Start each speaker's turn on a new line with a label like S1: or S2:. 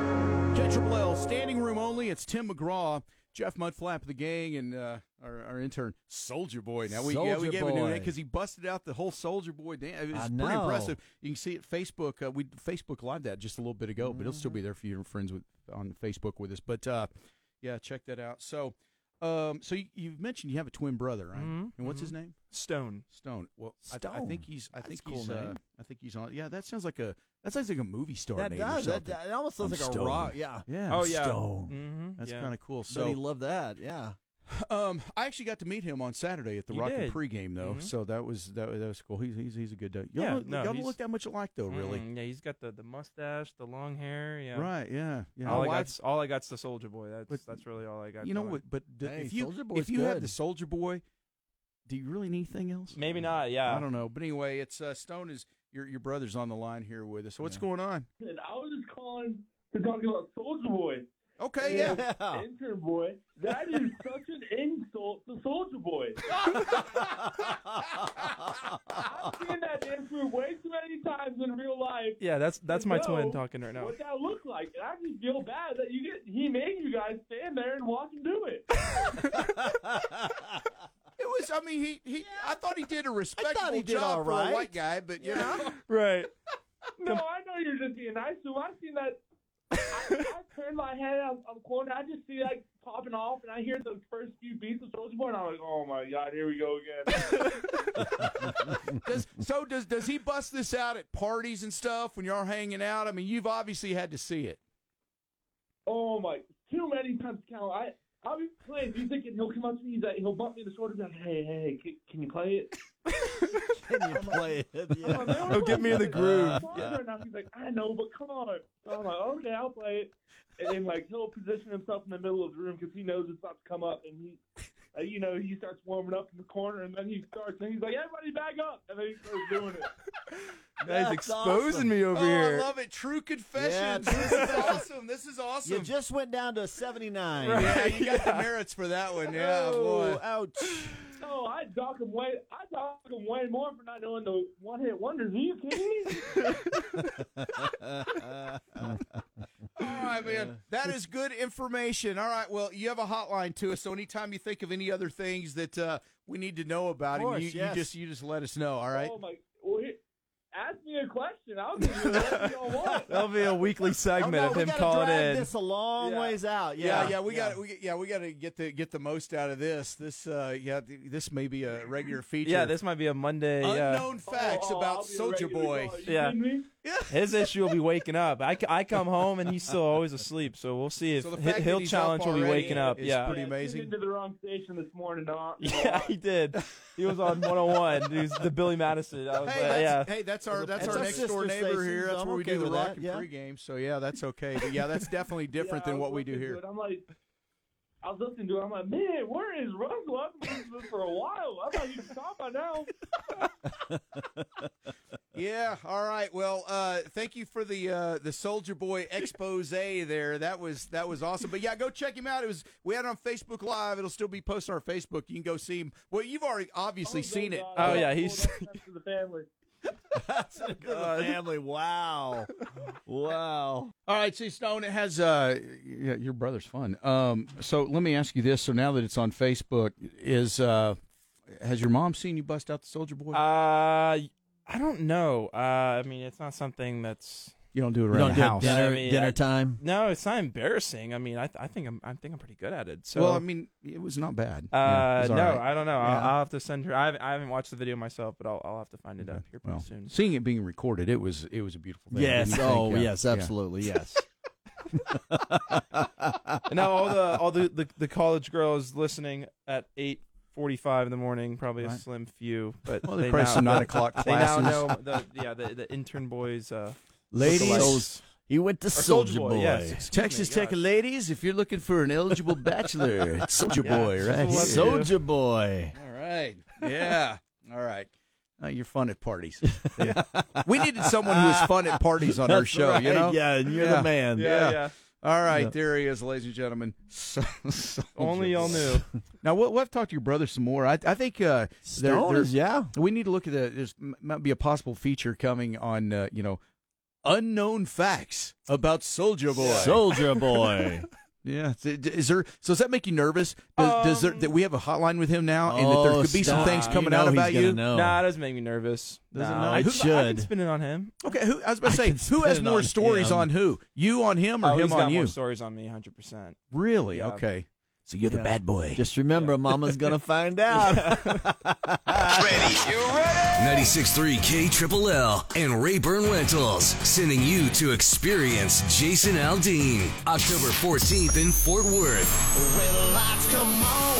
S1: 9 Triple L, standing room only. It's Tim McGraw, Jeff Mudflap, the gang, and uh, our, our intern, Soldier Boy. Now, we, yeah, we
S2: Soulja
S1: gave him a new
S2: Boy.
S1: name because he busted out the whole Soldier Boy dance. It's
S2: I
S1: pretty
S2: know.
S1: impressive. You can see it Facebook. Uh, we Facebook Live that just a little bit ago, but it'll
S2: Mm-hmm.
S1: still be there for your friends with on Facebook with us. But uh, yeah, check that out. So, um, so you, you've mentioned you have a twin brother, right? And what's his name?
S3: Stone.
S1: Stone. Well, I, th- I
S2: Mm-hmm. Stone.
S1: think he's. I
S2: That's
S1: think
S2: a cool
S1: he's. Uh,
S2: name.
S1: I think he's on. Yeah, that sounds like a. That sounds like a movie star
S2: That
S1: name
S2: does.
S1: or
S2: That,
S1: something.
S2: that almost sounds
S1: I'm
S2: like a
S1: stoned.
S2: rock. Yeah.
S1: yeah,
S3: Oh yeah.
S2: Stone.
S3: Mm-hmm.
S1: that's
S3: yeah.
S1: kind of cool.
S2: So he
S1: So,
S2: loved that. Yeah.
S1: um, I actually got to meet him on Saturday at the
S3: You
S1: Rock and
S3: did.
S1: pregame, though.
S3: Mhm.
S1: So that was that, was- that was cool. He's he's, he's a good dude. Y'all
S3: Yeah,
S1: don't-
S3: no,
S1: y'all don't
S3: he's-
S1: look that much alike, though. Really,
S3: Mm, yeah, he's got the, the mustache, the long hair. Yeah.
S1: right? Yeah, yeah.
S3: All
S1: My
S3: I
S1: wife-
S3: got's all I got's the Soldier Boy. That's
S1: But-
S3: that's really all I got.
S1: you know
S3: going.
S1: what? But d-
S2: Hey,
S1: if you
S2: Soulja Boy's
S1: if you have
S2: good.
S1: the Soldier Boy, do you really need anything else?
S3: Maybe not. Yeah.
S1: I don't know. But anyway, it's uh, Stone is your your brother's on the line here with us. So what's going on?
S4: And I was just calling to talk about Soldier Boy,
S1: Okay, yeah.
S4: intern boy. That is such an insult to Soldier Boy. I've seen that answer way too many times in real life.
S3: Yeah, that's that's my twin
S4: No.
S3: talking right now.
S4: What that looked like, and I just feel bad that you get he made you guys stand there and watch him do it.
S1: It was. I mean, he he. I thought he did a respectable
S2: did all
S1: job for
S2: right.
S1: a white guy, but you know,
S3: Right.
S4: No, I know you're just being nice to him. I've seen that. I, I turned my head. I'm, I'm quoting. I just see like popping off, and I hear the first few beats of Soldier Boy, and I'm like, oh my god, here we go again.
S1: does, so does does he bust this out at parties and stuff when y'all hanging out? I mean, you've obviously had to see it.
S4: Oh my! Too many times, Cal. I I'll be playing music and he'll come up to me. He's like, he'll bump me in the shoulder. He's like, hey, hey, can, can you play it?
S2: Can you play it?
S4: I'm like,
S2: Yeah.
S4: "Oh, "Man,
S3: He'll
S4: I'm
S3: get me in the
S4: playing
S3: groove.
S4: it. It's hard right now." He's like, I know, but come on. So I'm like, okay, I'll play it. And then like he'll position himself in the middle of the room because he knows it's about to come up, and he. uh, You know, he starts warming up in the corner, and then he starts, and he's like, "Everybody, back up!" And then he starts doing it.
S3: That is
S2: That's
S3: exposing
S2: awesome.
S3: me over
S1: oh,
S3: here.
S1: I love it. True confessions.
S2: Yeah, true
S1: this is awesome. This is
S2: You
S1: awesome.
S2: just went down to 79.
S3: Right.
S1: yeah, you got the merits for that one. Yeah,
S2: Oh,
S1: boy.
S2: ouch.
S4: No, Oh, I dock him way, I dock him way more for not knowing the one-hit wonders. Are you kidding me?
S2: Oh,
S1: All right, man. That is good information. All right. Well, you have a hotline to us, so anytime you think of any other things that uh, we need to know about
S2: Of
S1: him,
S2: course,
S1: you,
S2: yes.
S1: you just you just let us know. All right.
S4: Oh my! Well, he, ask me a question. I'll give you whatever you want.
S3: That'll be a weekly
S2: Oh,
S3: segment
S2: no,
S3: of
S2: we
S3: him
S2: gotta
S3: calling
S2: drag
S3: in.
S2: this a long
S4: Yeah.
S2: ways out.
S1: Yeah,
S2: Yeah,
S1: yeah, we got we yeah, we got to get the get the most out of this. This uh yeah, th- this may be a regular feature.
S3: Yeah, this might be a uh, Monday. Yeah.
S1: unknown facts
S4: Oh,
S1: about
S4: I'll be a
S1: Soldier
S4: regular
S1: Boy.
S4: caller. You
S3: Yeah.
S4: kidding me?
S3: His issue will be waking up. I, c- I come home and he's still always asleep. So we'll see if
S1: So the
S3: he-
S1: fact that
S3: he'll
S1: he's
S3: challenge
S1: up
S3: will be
S1: already
S3: waking up.
S1: is
S3: Yeah.
S1: Pretty
S4: Yeah, I tuned
S1: amazing.
S4: Into the wrong station this morning. Dog.
S3: yeah, he did. He was on 101. He was the Billy Madison. I was
S1: Hey,
S3: like,
S1: that's,
S3: yeah.
S1: hey, that's our that's,
S2: That's
S1: our
S2: our
S1: next door
S2: sister
S1: neighbor
S2: stations,
S1: here. That's
S2: I'm
S1: where we
S2: okay
S1: do the
S2: with
S1: rock
S2: that,
S1: and
S2: yeah.
S1: pregame. So yeah, that's okay. But yeah, that's definitely different
S4: Yeah, I
S1: than
S4: was
S1: what we do
S4: listening to
S1: here.
S4: it. I'm like, I was listening to it. I'm like, man, where is Russell? I've been listening to this for a while. I thought you stopped by now.
S1: Yeah. All right. Well, uh, thank you for the uh, the Soldier Boy expose there. That was that was awesome. But yeah, go check him out. It was we had it on Facebook Live. It'll still be posted on our Facebook. You can go see him. Well, you've already obviously seen it.
S3: Oh, yeah, he's-
S4: to the family.
S2: Good family. Wow. wow.
S1: All right, see Stone. It has uh, yeah, your brother's fun. Um, so let me ask you this. So now that it's on Facebook, is uh, has your mom seen you bust out the Soldier Boy?
S3: Uh, I don't know. Uh, I mean, it's not something that's.
S1: you don't do it around the house.
S3: Yeah, I
S2: Dinner,
S3: mean,
S2: dinner
S3: I-
S2: time.
S3: No, it's not embarrassing. I mean, I, th- I think I'm I think I'm pretty good at it. So
S1: well, I mean, it was not bad. Yeah, it
S3: Uh
S1: was all
S3: no,
S1: right.
S3: I don't know.
S1: Yeah.
S3: I'll, I'll have to send her. I haven't, I haven't watched the video myself, but I'll, I'll have to find it
S1: Okay.
S3: up here pretty
S1: Well,
S3: soon.
S1: Seeing it being recorded, it was it was a beautiful thing.
S2: Yes.
S1: Didn't you
S2: Oh,
S1: think, uh,
S2: yes.
S1: yeah.
S2: Absolutely. Yes.
S3: And now all the all the, the, the college girls listening at eight forty five in the morning, probably a
S1: Right.
S3: slim few, but
S1: Well,
S3: they
S1: they probably
S3: now,
S1: some nine o'clock
S3: they now
S1: classes.
S3: know the yeah the, the intern boys. Uh,
S2: ladies,
S3: lookalikes.
S2: he went to
S3: Or
S2: Soldier Boy.
S3: yes, excuse
S1: Texas
S3: me,
S1: Tech
S3: gosh.
S1: ladies, if you're looking for an eligible bachelor, it's Soldier
S3: Yeah,
S1: Boy,
S3: just
S1: right?
S3: a
S1: here.
S3: little-
S2: Soldier Boy.
S1: All right. Yeah. All right. Uh, you're fun at parties. Yeah. we needed someone who was fun at parties on our
S2: That's
S1: show, you
S2: right.
S1: know?
S2: Yeah, and you're
S1: Yeah.
S2: the man.
S1: Yeah.
S3: yeah, yeah.
S1: All right, there he is, ladies and gentlemen. So, Soldier
S3: Only y'all
S1: Boy.
S3: knew.
S1: Now, we'll, we'll have to talk to your brother some more. I, I think uh, there-
S2: Stone
S1: there-
S2: is- yeah.
S1: we need to look at the. There's m- might be a possible feature coming on, uh, you know, unknown facts about Soldier Boy.
S2: Soldier Boy.
S1: yeah, So, d- is there? So does that make you nervous? Does, does there
S3: Um,
S1: that we have a hotline with him now, and that there could be some
S2: stop.
S1: things
S2: You
S1: coming
S2: know
S1: out
S2: he's
S1: about
S2: gonna
S1: you?
S2: Know.
S3: Nah, it doesn't make me nervous.
S2: Doesn't
S3: Nah.
S2: know.
S3: I,
S2: It Oh,
S3: who- I can
S2: should.
S3: spin it on him.
S1: Okay, who, I was about to say,
S2: I can
S1: who has
S2: spin it
S1: more
S2: on
S1: stories
S2: him.
S1: on who? You on him or
S3: oh,
S1: him
S3: he's got
S1: on
S3: more
S1: you?
S3: stories on me, hundred percent.
S1: Really?
S3: Yeah.
S1: Okay. So you're the
S2: Yeah.
S1: bad boy.
S2: Just remember, Mama's gonna find out.
S5: Ready? You ready? 96.3 K Triple L and Rayburn Rentals, sending you to experience Jason Aldean, October 14th in Fort Worth. When lights come on,